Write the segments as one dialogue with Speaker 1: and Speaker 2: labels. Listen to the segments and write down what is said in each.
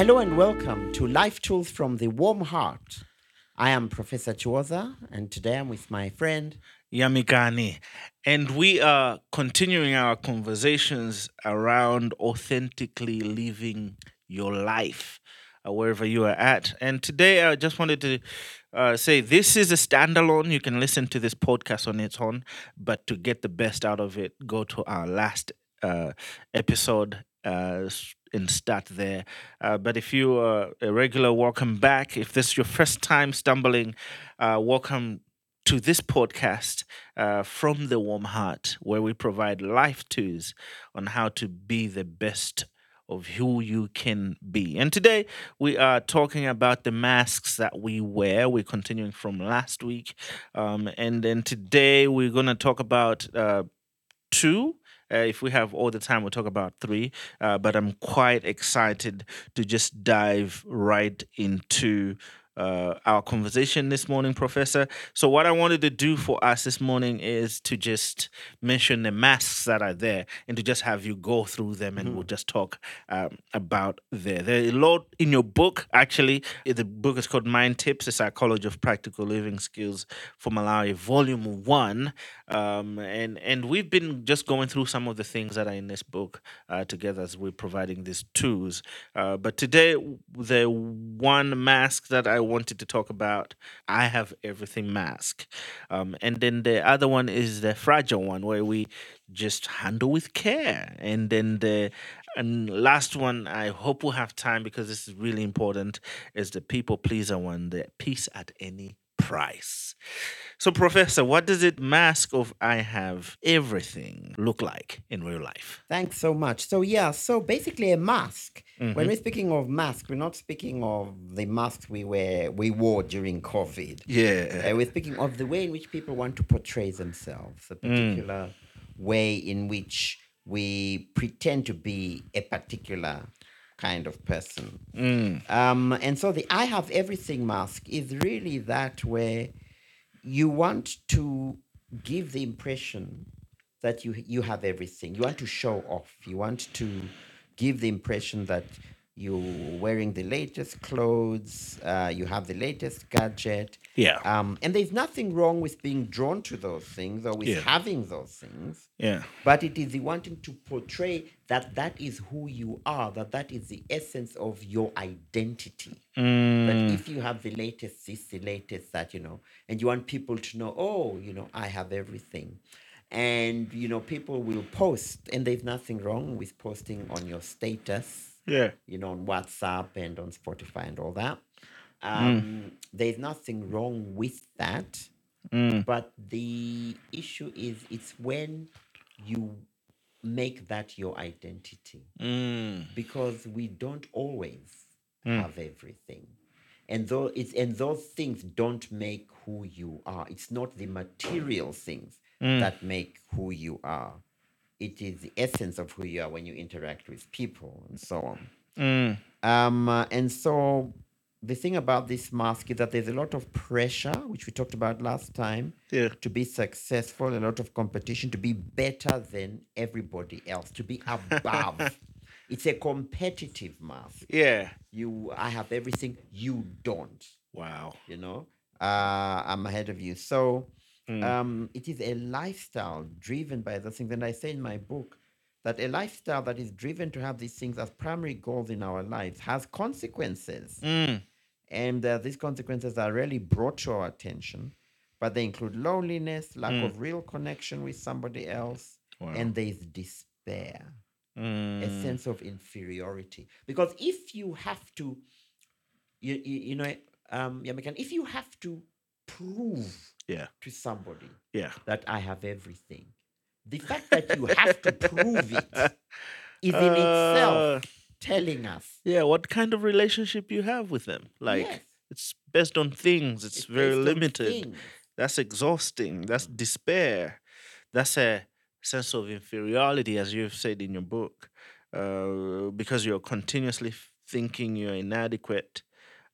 Speaker 1: Hello and welcome to Life Tools from the Warm Heart. I am Professor Chuoza, and today I'm with my friend.
Speaker 2: Yamikani. And we are continuing our conversations around authentically living your life uh, wherever you are at. And today I just wanted to uh, say this is a standalone. You can listen to this podcast on its own, but to get the best out of it, go to our last uh, episode uh, s- and start there. Uh, but if you are a regular, welcome back. If this is your first time stumbling, uh, welcome to this podcast uh, from the warm heart, where we provide life tools on how to be the best of who you can be. And today we are talking about the masks that we wear. We're continuing from last week. Um, and then today we're going to talk about uh, two. Uh, if we have all the time, we'll talk about three. Uh, but I'm quite excited to just dive right into uh, our conversation this morning, Professor. So, what I wanted to do for us this morning is to just mention the masks that are there and to just have you go through them and we'll just talk um, about there. There are a lot in your book, actually. Uh, The book is called Mind Tips The Psychology of Practical Living Skills for Malawi, Volume 1. Um, and, and we've been just going through some of the things that are in this book uh, together as we're providing these tools. Uh, but today, w- the one mask that I wanted to talk about, I have everything mask. Um, and then the other one is the fragile one where we just handle with care. And then the and last one, I hope we'll have time because this is really important, is the people pleaser one, the peace at any price. So, Professor, what does it mask of I have everything look like in real life?
Speaker 1: Thanks so much. So, yeah, so basically a mask. When
Speaker 2: hmm
Speaker 1: we're speaking of mask, we're not speaking of the masks we wear we wore during COVID.
Speaker 2: Yeah.
Speaker 1: Uh, we're speaking of the way in which people want to portray themselves, a
Speaker 2: Mm.
Speaker 1: particular way in which we pretend to be a particular kind of person.
Speaker 2: Mm.
Speaker 1: Um, and so the I have everything mask is really that where you want to give the impression that you you have everything. You want to show off. You want to give the impression that you're wearing the latest clothes, uh, you have the latest gadget.
Speaker 2: Yeah.
Speaker 1: Um, and there's nothing wrong with being drawn to those things or with
Speaker 2: Yeah.
Speaker 1: having those things
Speaker 2: Yeah.
Speaker 1: but it is the wanting to portray that that is who you are that that is the essence of your identity that
Speaker 2: Mm.
Speaker 1: if you have the latest this the latest that you know and you want people to know oh you know i have everything and you know people will post and there's nothing wrong with posting on your status
Speaker 2: Yeah.
Speaker 1: you know on whatsapp and on spotify and all that
Speaker 2: Mm.
Speaker 1: um, there's nothing wrong with that
Speaker 2: Mm.
Speaker 1: but the issue is it's when you make that your identity
Speaker 2: Mm.
Speaker 1: because we don't always
Speaker 2: Mm.
Speaker 1: have everything. And though it's and those things don't make who you are. It's not the material things
Speaker 2: Mm.
Speaker 1: that make who you are. It is the essence of who you are when you interact with people and so on.
Speaker 2: Mm.
Speaker 1: Um, uh, and so the thing about this mask is that there's a lot of pressure, which we talked about last time,
Speaker 2: Yeah.
Speaker 1: to be successful, a lot of competition, to be better than everybody else, to be above. It's a competitive mask.
Speaker 2: yeah.
Speaker 1: You, I have everything. You don't.
Speaker 2: Wow.
Speaker 1: You know, uh, I'm ahead of you. So
Speaker 2: Mm.
Speaker 1: um, it is a lifestyle driven by those things. And I say in my book that a lifestyle that is driven to have these things as primary goals in our lives has consequences.
Speaker 2: Mm.
Speaker 1: And uh, these consequences are really brought to our attention, but they include loneliness, lack
Speaker 2: Mm.
Speaker 1: of real connection with somebody else,
Speaker 2: Wow.
Speaker 1: and there is despair, a
Speaker 2: Mm.
Speaker 1: sense of inferiority. Because if you have to, you, you, you know, um, Yamikan, if you have to prove
Speaker 2: Yeah.
Speaker 1: to somebody
Speaker 2: Yeah.
Speaker 1: that I have everything, the fact that you have to prove it is in
Speaker 2: uh,
Speaker 1: itself telling us,
Speaker 2: yeah. What kind of relationship you have with them?
Speaker 1: yes,
Speaker 2: Like, it's based on things. It's
Speaker 1: it's
Speaker 2: very
Speaker 1: based on
Speaker 2: limited.
Speaker 1: things.
Speaker 2: That's exhausting. That's
Speaker 1: Mm.
Speaker 2: despair. That's a sense of inferiority, as you've said in your book, uh, because you're continuously f- thinking you're inadequate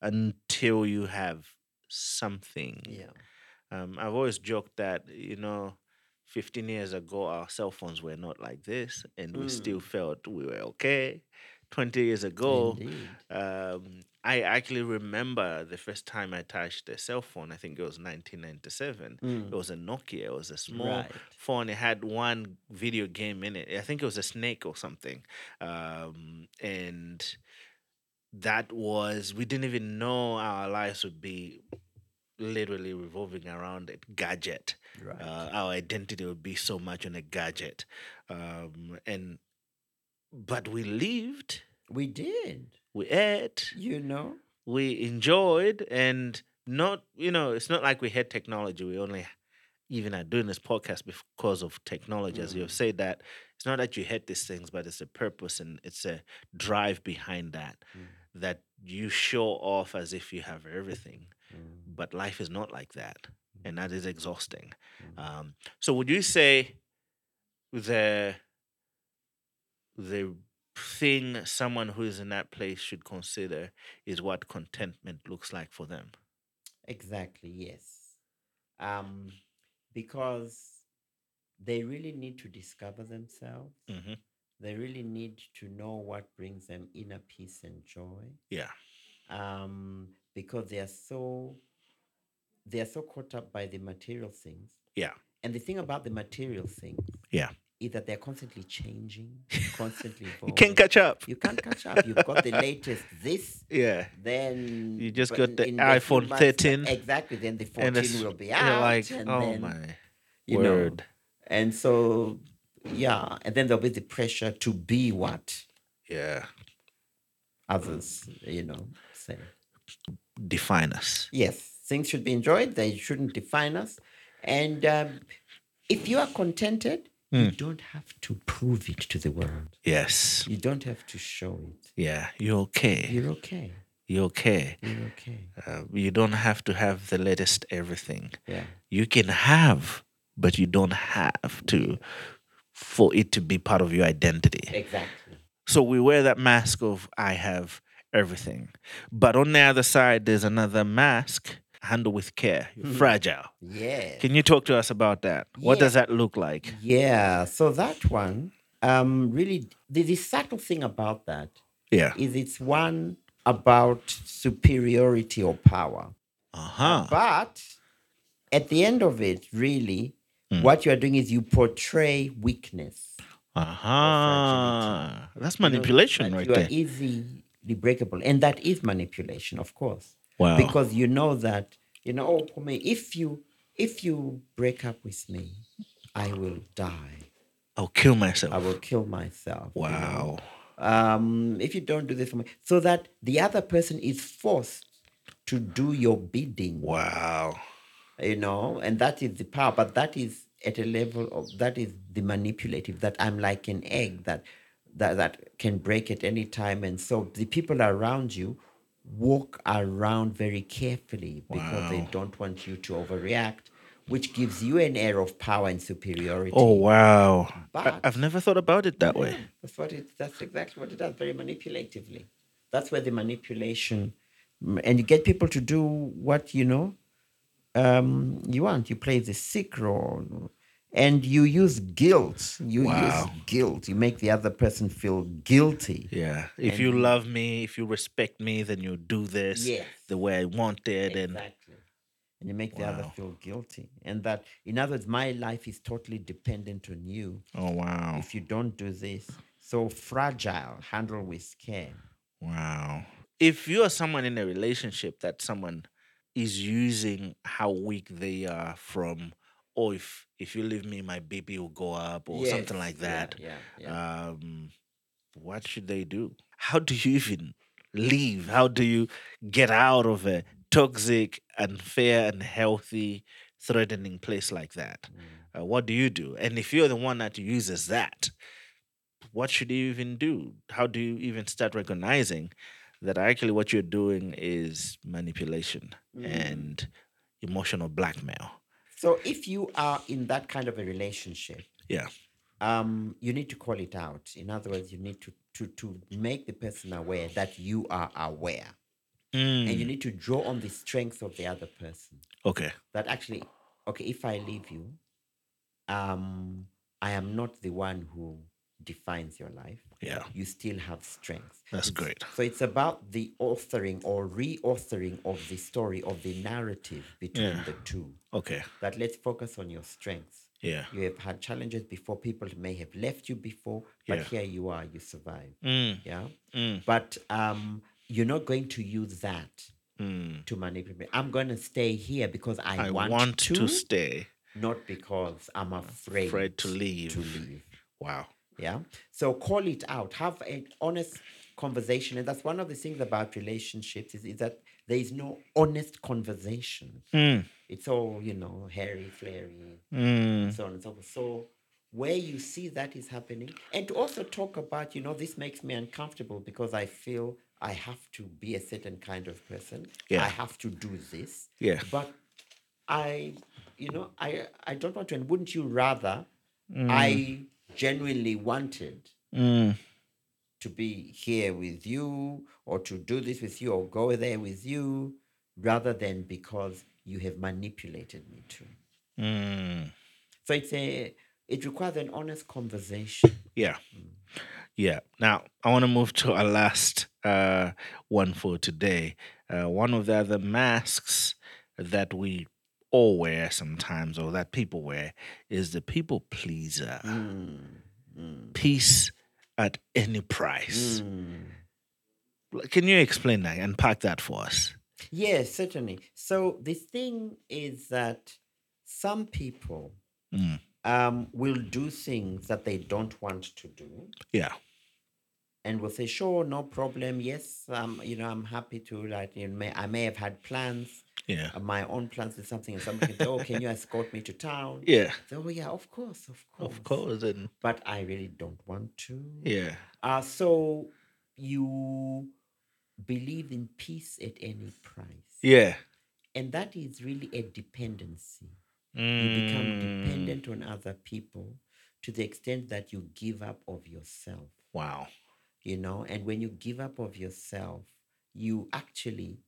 Speaker 2: until you have something.
Speaker 1: Yeah.
Speaker 2: Um, I've always joked that, you know, 15 years ago, our cell phones were not like this, and we still
Speaker 1: Mm.
Speaker 2: felt we were okay. 20 years ago,
Speaker 1: Indeed.
Speaker 2: um, I actually remember the first time I touched a cell phone. I think it was 1997. It was a Nokia. It was a small
Speaker 1: Mm. Right.
Speaker 2: phone. It had one video game in it. I think it was a snake or something. Um, and that was we didn't even know our lives would be literally revolving around a gadget
Speaker 1: Right.
Speaker 2: uh, our identity would be so much on a gadget um, and but we lived
Speaker 1: we did,
Speaker 2: we ate
Speaker 1: you know.
Speaker 2: we enjoyed and not you know it's not like we had technology we only even are doing this podcast because of technology as you've said that it's not that you hate these things but it's a purpose and it's a drive behind that that you show off as if you have everything but life is not like that and that is exhausting
Speaker 1: Uh,
Speaker 2: um, so would you say the the thing someone who is in that place should consider is what contentment looks like for them
Speaker 1: Exactly, yes. Um, because they really need to discover themselves.
Speaker 2: mm-hmm.
Speaker 1: They really need to know what brings them inner peace and joy.
Speaker 2: yeah
Speaker 1: Um, because they are so they are so caught up by the material things.
Speaker 2: yeah
Speaker 1: And the thing about the material things
Speaker 2: yeah
Speaker 1: is that they're constantly changing, constantly evolving.
Speaker 2: you can catch up
Speaker 1: you can't catch up. You've got the latest this
Speaker 2: yeah
Speaker 1: then
Speaker 2: You just
Speaker 1: but
Speaker 2: got the
Speaker 1: in a few
Speaker 2: iPhone
Speaker 1: months,
Speaker 2: 13.
Speaker 1: Exactly. Then the
Speaker 2: and it's
Speaker 1: fourteen will be
Speaker 2: you're
Speaker 1: out.
Speaker 2: like
Speaker 1: and
Speaker 2: oh
Speaker 1: then,
Speaker 2: my
Speaker 1: you know,
Speaker 2: word
Speaker 1: And so, yeah, and then there'll be the pressure to be what
Speaker 2: yeah
Speaker 1: others, you know, say.
Speaker 2: define us
Speaker 1: Yes, things should be enjoyed. They shouldn't define us. And um, if you are contented, you
Speaker 2: Hmm.
Speaker 1: don't have to prove it to the world.
Speaker 2: yes
Speaker 1: You don't have to show it.
Speaker 2: yeah you're okay
Speaker 1: You're okay.
Speaker 2: you're okay
Speaker 1: You're okay.
Speaker 2: uh, you don't have to have the latest everything
Speaker 1: Yeah.
Speaker 2: you can have but you don't have to for it to be part of your identity
Speaker 1: Exactly.
Speaker 2: So we wear that mask of I have everything. But on the other side, there's another mask, handle with care, you're
Speaker 1: Mm-hmm.
Speaker 2: fragile.
Speaker 1: Yeah.
Speaker 2: Can you talk to us about that? What
Speaker 1: Yeah.
Speaker 2: does that look like?
Speaker 1: Yeah, so that one, um, really, the, the subtle thing about that
Speaker 2: Yeah.
Speaker 1: is it's one about superiority or power.
Speaker 2: Uh huh.
Speaker 1: But at the end of it, really,
Speaker 2: Hmm.
Speaker 1: what you are doing is you portray weakness.
Speaker 2: Uh huh. Uh-huh. That's manipulation
Speaker 1: that
Speaker 2: right
Speaker 1: you
Speaker 2: there.
Speaker 1: are easily breakable. And that is manipulation, of course.
Speaker 2: Wow.
Speaker 1: Because you know that, you know, oh, for me, if you if you break up with me, I will die.
Speaker 2: I'll kill
Speaker 1: I
Speaker 2: myself.
Speaker 1: will kill myself. you know.
Speaker 2: Wow.
Speaker 1: um, if you don't do this for me, so that the other person is forced to do your bidding,
Speaker 2: Wow.
Speaker 1: you know, and that is the power. But that is at a level of that is the manipulative. That I'm like an egg that that that can break at any time, and so the people around you walk around very carefully because they don't want you to overreact, which gives you an air of power and superiority.
Speaker 2: Oh, wow. I,
Speaker 1: But-
Speaker 2: I've never thought about it that way.
Speaker 1: That's what it. That's exactly what it does. Very manipulatively. That's where the manipulation, m- and you get people to do what you know um, you want. You play the sick role, and you use guilt. You
Speaker 2: Wow.
Speaker 1: use guilt. You make the other person feel guilty.
Speaker 2: Yeah. If you love me, if you respect me, then you do this
Speaker 1: Yes.
Speaker 2: the way I want it. And
Speaker 1: Exactly. And you make the other
Speaker 2: Wow.
Speaker 1: feel guilty, and that, in other words, my life is totally dependent on you.
Speaker 2: oh, wow.
Speaker 1: If you don't do this, so fragile, handle with care.
Speaker 2: Wow. If you are someone in a relationship that someone is using how weak they are from, or if if you leave me, my BP will go up, or something
Speaker 1: Yes,
Speaker 2: like
Speaker 1: yeah,
Speaker 2: that.
Speaker 1: yeah, yeah.
Speaker 2: Um, what should they do? How do you even leave? How do you get out of a toxic, unfair, unhealthy, threatening place like that?
Speaker 1: Mm.
Speaker 2: Uh, what do you do? And if you're the one that uses that, what should you even do? How do you even start recognizing that actually what you're doing is manipulation and emotional blackmail?
Speaker 1: Mm-hmm. So if you are in that kind of a relationship,
Speaker 2: Yeah.
Speaker 1: um, you need to call it out. In other words, you need to to to make the person aware that you are aware,
Speaker 2: Mm.
Speaker 1: and you
Speaker 2: Mm-hmm.
Speaker 1: need to draw on the strength of the other person.
Speaker 2: Okay.
Speaker 1: That actually, okay, if I leave you, um, I am not the one who defines your life,
Speaker 2: Yeah,
Speaker 1: you still have strength.
Speaker 2: that's great.
Speaker 1: So it's about the authoring or reauthoring of the story of the narrative between
Speaker 2: Yeah.
Speaker 1: the two.
Speaker 2: Okay.
Speaker 1: That let's focus on your strengths.
Speaker 2: Yeah.
Speaker 1: You have had challenges before. People may have left you before, but
Speaker 2: Yeah.
Speaker 1: here you are. You survive.
Speaker 2: Mm,
Speaker 1: Yeah.
Speaker 2: mm,
Speaker 1: But um, you're not going to use that
Speaker 2: mm.
Speaker 1: to manipulate. I'm going to stay here because I,
Speaker 2: I want, to,
Speaker 1: to
Speaker 2: stay,
Speaker 1: not because I'm afraid,
Speaker 2: afraid to leave.
Speaker 1: to leave.
Speaker 2: Wow.
Speaker 1: Yeah. So call it out. Have an honest conversation. And that's one of the things about relationships is, is that there is no honest conversation.
Speaker 2: Mm,
Speaker 1: It's all, you know, hairy, flary,
Speaker 2: mm,
Speaker 1: so on and so forth. So where you see that is happening. And to also talk about, you know, this makes me uncomfortable because I feel I have to be a certain kind of person.
Speaker 2: Yeah.
Speaker 1: I have to do this.
Speaker 2: Yeah.
Speaker 1: But I, you know, I I don't want to. And wouldn't you rather I genuinely wanted
Speaker 2: mm.
Speaker 1: to be here with you or to do this with you or go there with you rather than because you have manipulated me to.
Speaker 2: Mm.
Speaker 1: So it's a it requires an honest conversation.
Speaker 2: Yeah.
Speaker 1: Mm.
Speaker 2: Yeah. Now, I want to move to our last uh, one for today. Uh, one of the other masks that we all wear sometimes, or that people wear, is the people pleaser.
Speaker 1: Mm. Hmm,
Speaker 2: Peace at any price.
Speaker 1: Mm. hmm.
Speaker 2: Can you explain that? Unpack that for us.
Speaker 1: Yes, certainly. So the thing is that some people
Speaker 2: Mm.
Speaker 1: um, will do things that they don't want to do
Speaker 2: Yeah.
Speaker 1: and will say, sure, no problem. Yes, um, you know, I'm happy to like you may I may have had plans,
Speaker 2: Yeah.
Speaker 1: uh, my own plans with something and somebody can say, Oh, can you escort me to town?
Speaker 2: Yeah.
Speaker 1: So oh, yeah, of course, of course.
Speaker 2: Of course. And
Speaker 1: But I really don't want to.
Speaker 2: yeah.
Speaker 1: Uh, so you believe in peace at any price.
Speaker 2: Yeah.
Speaker 1: And that is really a dependency. You
Speaker 2: Mm.
Speaker 1: become dependent on other people to the extent that you give up of yourself,
Speaker 2: Wow.
Speaker 1: you know? And when you give up of yourself, you actually,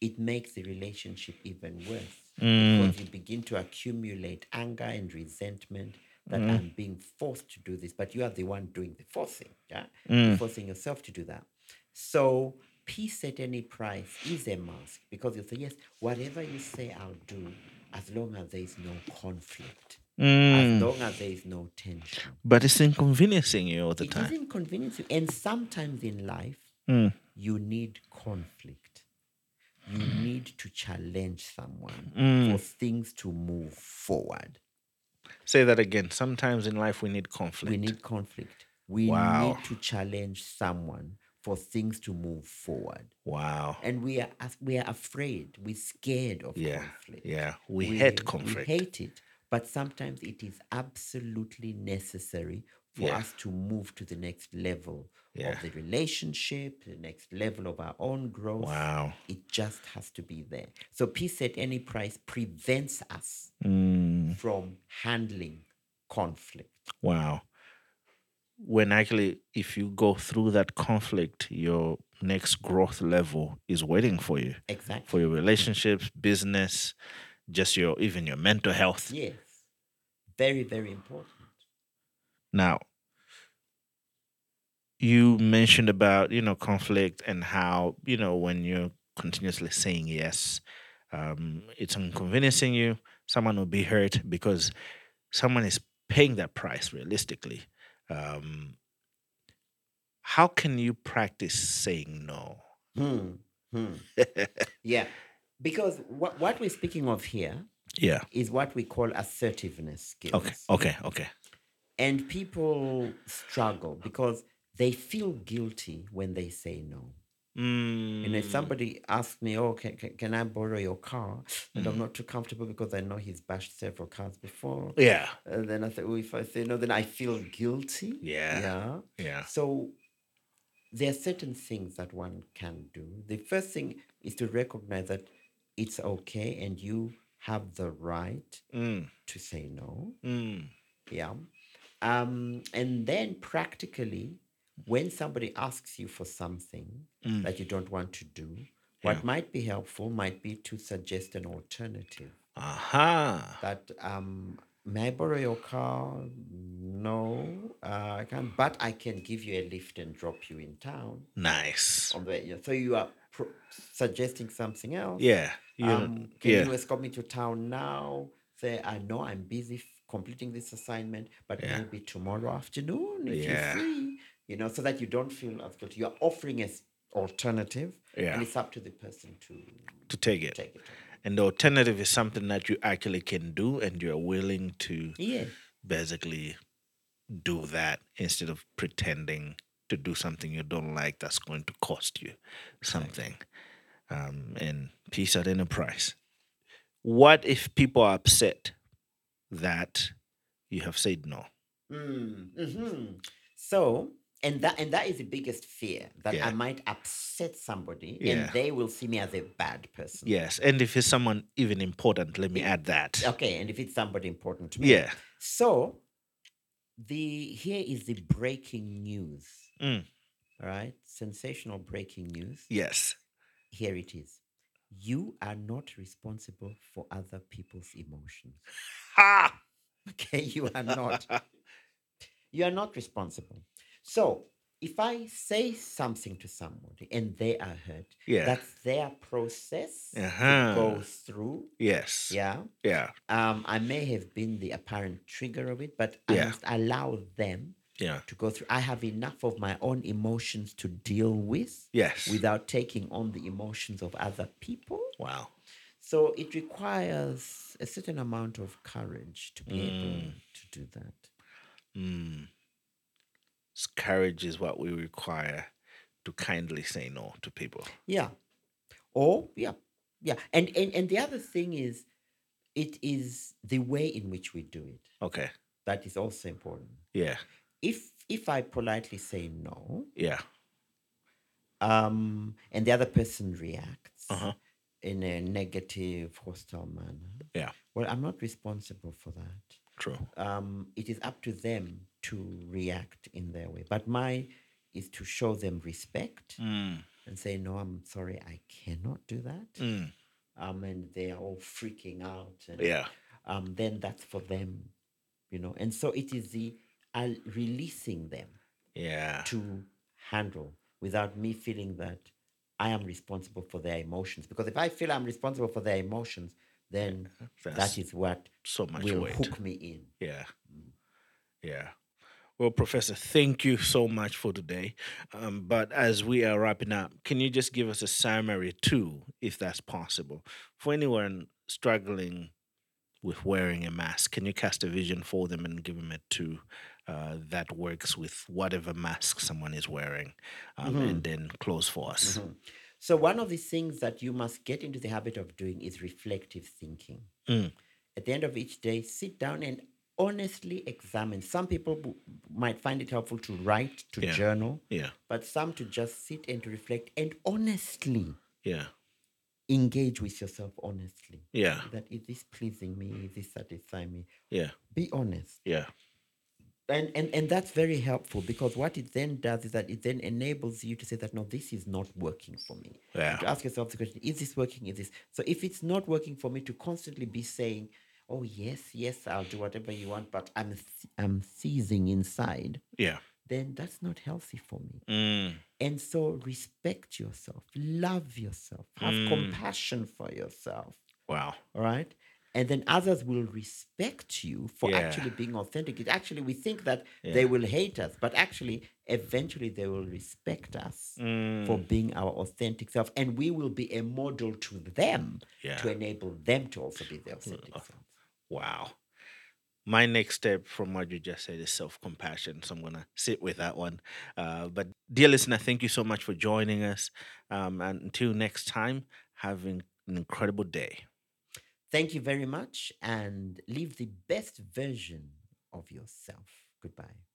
Speaker 1: it makes the relationship even worse
Speaker 2: Mm.
Speaker 1: because you begin to accumulate anger and resentment that I'm being forced to do this, but you are the one doing the forcing, yeah? You're forcing yourself to do that. So peace at any price is a mask because you say, yes, whatever you say I'll do, as long as there is no conflict, as long as there is no tension.
Speaker 2: Mm. But it's inconveniencing you all the
Speaker 1: It
Speaker 2: time.
Speaker 1: doesn't convenience you. And sometimes in life,
Speaker 2: Mm.
Speaker 1: you need conflict. You need to challenge someone for things to move forward.
Speaker 2: Say that again. Sometimes in life we need conflict.
Speaker 1: We need conflict. We
Speaker 2: Wow.
Speaker 1: need to challenge someone for things to move forward.
Speaker 2: wow.
Speaker 1: And we are af- we are afraid. We're scared of
Speaker 2: Yeah.
Speaker 1: conflict.
Speaker 2: Yeah. We, hate
Speaker 1: We
Speaker 2: conflict.
Speaker 1: hate it. But sometimes it is absolutely necessary for
Speaker 2: Yeah.
Speaker 1: us to move to the next level
Speaker 2: Yeah.
Speaker 1: of the relationship, the next level of our own growth.
Speaker 2: wow.
Speaker 1: It just has to be there. So peace at any price prevents us
Speaker 2: Mm.
Speaker 1: from handling conflict.
Speaker 2: Wow. When actually, if you go through that conflict, your next growth level is waiting for you
Speaker 1: Exactly.
Speaker 2: for your relationships, business, just your even your mental health.
Speaker 1: Yes. Very, very important.
Speaker 2: Now, you mentioned about you know conflict and how you know when you're continuously saying yes, um, it's inconveniencing you. Someone will be hurt because someone is paying that price. Realistically, um, how can you practice saying no?
Speaker 1: Hmm. Hmm. yeah. Because what, what we're speaking of here
Speaker 2: Yeah.
Speaker 1: is what we call assertiveness skills.
Speaker 2: Okay. Okay. Okay.
Speaker 1: And people struggle because they feel guilty when they say no.
Speaker 2: Mm,
Speaker 1: And if somebody asks me, oh, can, can, can I borrow your car? And
Speaker 2: Hmm.
Speaker 1: I'm not too comfortable because I know he's bashed several cars before.
Speaker 2: yeah.
Speaker 1: And then I say, oh, if I say no, then I feel guilty.
Speaker 2: Yeah.
Speaker 1: Yeah.
Speaker 2: Yeah.
Speaker 1: So there are certain things that one can do. The first thing is to recognize that it's okay and you have the right
Speaker 2: Mm,
Speaker 1: to say no.
Speaker 2: mm,
Speaker 1: Yeah. Um, and then practically, when somebody asks you for something
Speaker 2: Mm.
Speaker 1: that you don't want to do,
Speaker 2: Yeah.
Speaker 1: what might be helpful might be to suggest an alternative
Speaker 2: aha.
Speaker 1: that um, may I borrow your car? Mm, No, uh, I can't. But I can give you a lift and drop you in town
Speaker 2: Nice.
Speaker 1: on the way. So you are pro- suggesting something else.
Speaker 2: Yeah. You,
Speaker 1: Um, can
Speaker 2: yeah.
Speaker 1: you escort me to town now? Say, I know I'm busy f- completing this assignment, but
Speaker 2: Yeah.
Speaker 1: maybe tomorrow afternoon if
Speaker 2: Yeah.
Speaker 1: you're free. You know, so that you don't feel as guilty. You're offering an alternative,
Speaker 2: Yeah.
Speaker 1: and it's up to the person to
Speaker 2: to take it.
Speaker 1: take it.
Speaker 2: And the alternative is something that you actually can do and you're willing to
Speaker 1: Yeah,
Speaker 2: basically do that instead of pretending to do something you don't like that's going to cost you something. Um, and peace at any price. What if people are upset that you have said no?
Speaker 1: Mm, mhm. So, and that and that is the biggest fear that
Speaker 2: Yeah.
Speaker 1: I might upset somebody,
Speaker 2: Yeah.
Speaker 1: and they will see me as a bad person.
Speaker 2: Yes. And if it's someone even important, let me add that.
Speaker 1: Okay, and if it's somebody important to me,
Speaker 2: Yeah.
Speaker 1: So, the here is the breaking news.
Speaker 2: Mm.
Speaker 1: All right, sensational breaking news.
Speaker 2: Yes.
Speaker 1: Here it is. You are not responsible for other people's emotions.
Speaker 2: Ha!
Speaker 1: Okay, you are not. you are not responsible. So, if I say something to somebody and they are hurt,
Speaker 2: Yeah.
Speaker 1: that's their process
Speaker 2: Uh-huh.
Speaker 1: to go through.
Speaker 2: yes.
Speaker 1: Yeah.
Speaker 2: Yeah.
Speaker 1: Um, I may have been the apparent trigger of it, but I
Speaker 2: Yeah.
Speaker 1: must allow them
Speaker 2: Yeah.
Speaker 1: to go through. I have enough of my own emotions to deal with
Speaker 2: Yes.
Speaker 1: without taking on the emotions of other people.
Speaker 2: wow.
Speaker 1: So it requires a certain amount of courage to be able
Speaker 2: Mm.
Speaker 1: to do that.
Speaker 2: Mm. S- Courage is what we require to kindly say no to people.
Speaker 1: Yeah. Or yeah. Yeah. And and, and the other thing is it is the way in which we do it
Speaker 2: Okay.
Speaker 1: that is also important.
Speaker 2: Yeah.
Speaker 1: If if I politely say no,
Speaker 2: Yeah.
Speaker 1: um, and the other person reacts
Speaker 2: Uh-huh.
Speaker 1: in a negative, hostile manner.
Speaker 2: Yeah.
Speaker 1: Well, I'm not responsible for that.
Speaker 2: True.
Speaker 1: Um, it is up to them to react in their way. But mine is to show them respect
Speaker 2: Mm.
Speaker 1: and say, no, I'm sorry, I cannot do that.
Speaker 2: Mm.
Speaker 1: Um, and they are all freaking out. And,
Speaker 2: Yeah.
Speaker 1: Um, then that's for them, you know. And so it is the uh, releasing them
Speaker 2: Yeah.
Speaker 1: to handle without me feeling that I am responsible for their emotions. Because if I feel I'm responsible for their emotions, then
Speaker 2: That's
Speaker 1: that is what
Speaker 2: so much
Speaker 1: will
Speaker 2: weight.
Speaker 1: hook me in.
Speaker 2: Yeah. Yeah. Well, Professor, thank you so much for today. Um, but as we are wrapping up, can you just give us a summary too, if that's possible? For anyone struggling with wearing a mask, can you cast a vision for them and give them a two uh, that works with whatever mask someone is wearing um,
Speaker 1: Mhm.
Speaker 2: and then close for us?
Speaker 1: Mhm. So, one of the things that you must get into the habit of doing is reflective thinking.
Speaker 2: Mm.
Speaker 1: At the end of each day, sit down and honestly examine. Some people w- might find it helpful to write, to
Speaker 2: Yeah.
Speaker 1: journal,
Speaker 2: Yeah.
Speaker 1: but some to just sit and to reflect and honestly
Speaker 2: Yeah.
Speaker 1: engage with yourself honestly.
Speaker 2: Yeah.
Speaker 1: that is this pleasing me is this satisfying me
Speaker 2: Yeah.
Speaker 1: be honest
Speaker 2: Yeah.
Speaker 1: and, and and that's very helpful because what it then does is that it then enables you to say that no this is not working for me
Speaker 2: Yeah.
Speaker 1: to ask yourself the question is this working is this so if it's not working for me to constantly be saying oh yes yes i'll do whatever you want but i'm se- i'm seizing inside
Speaker 2: Yeah.
Speaker 1: then that's not healthy for me
Speaker 2: Mm.
Speaker 1: and so respect yourself love yourself have
Speaker 2: Mm.
Speaker 1: compassion for yourself
Speaker 2: Wow.
Speaker 1: all right? And then others will respect you for
Speaker 2: Yeah.
Speaker 1: actually being authentic. It actually, we think that
Speaker 2: Yeah.
Speaker 1: they will hate us, but actually, eventually, they will respect us for
Speaker 2: Mm.
Speaker 1: being our authentic self. And we will be a model to them
Speaker 2: Yeah.
Speaker 1: to enable them to also be their authentic
Speaker 2: Uh,
Speaker 1: self.
Speaker 2: Wow. My next step from what you just said is self compassion. So I'm going to sit with that one. Uh, but, dear listener, thank you so much for joining us. Um, and until next time, have an an incredible day.
Speaker 1: Thank you very much and live the best version of yourself. Goodbye.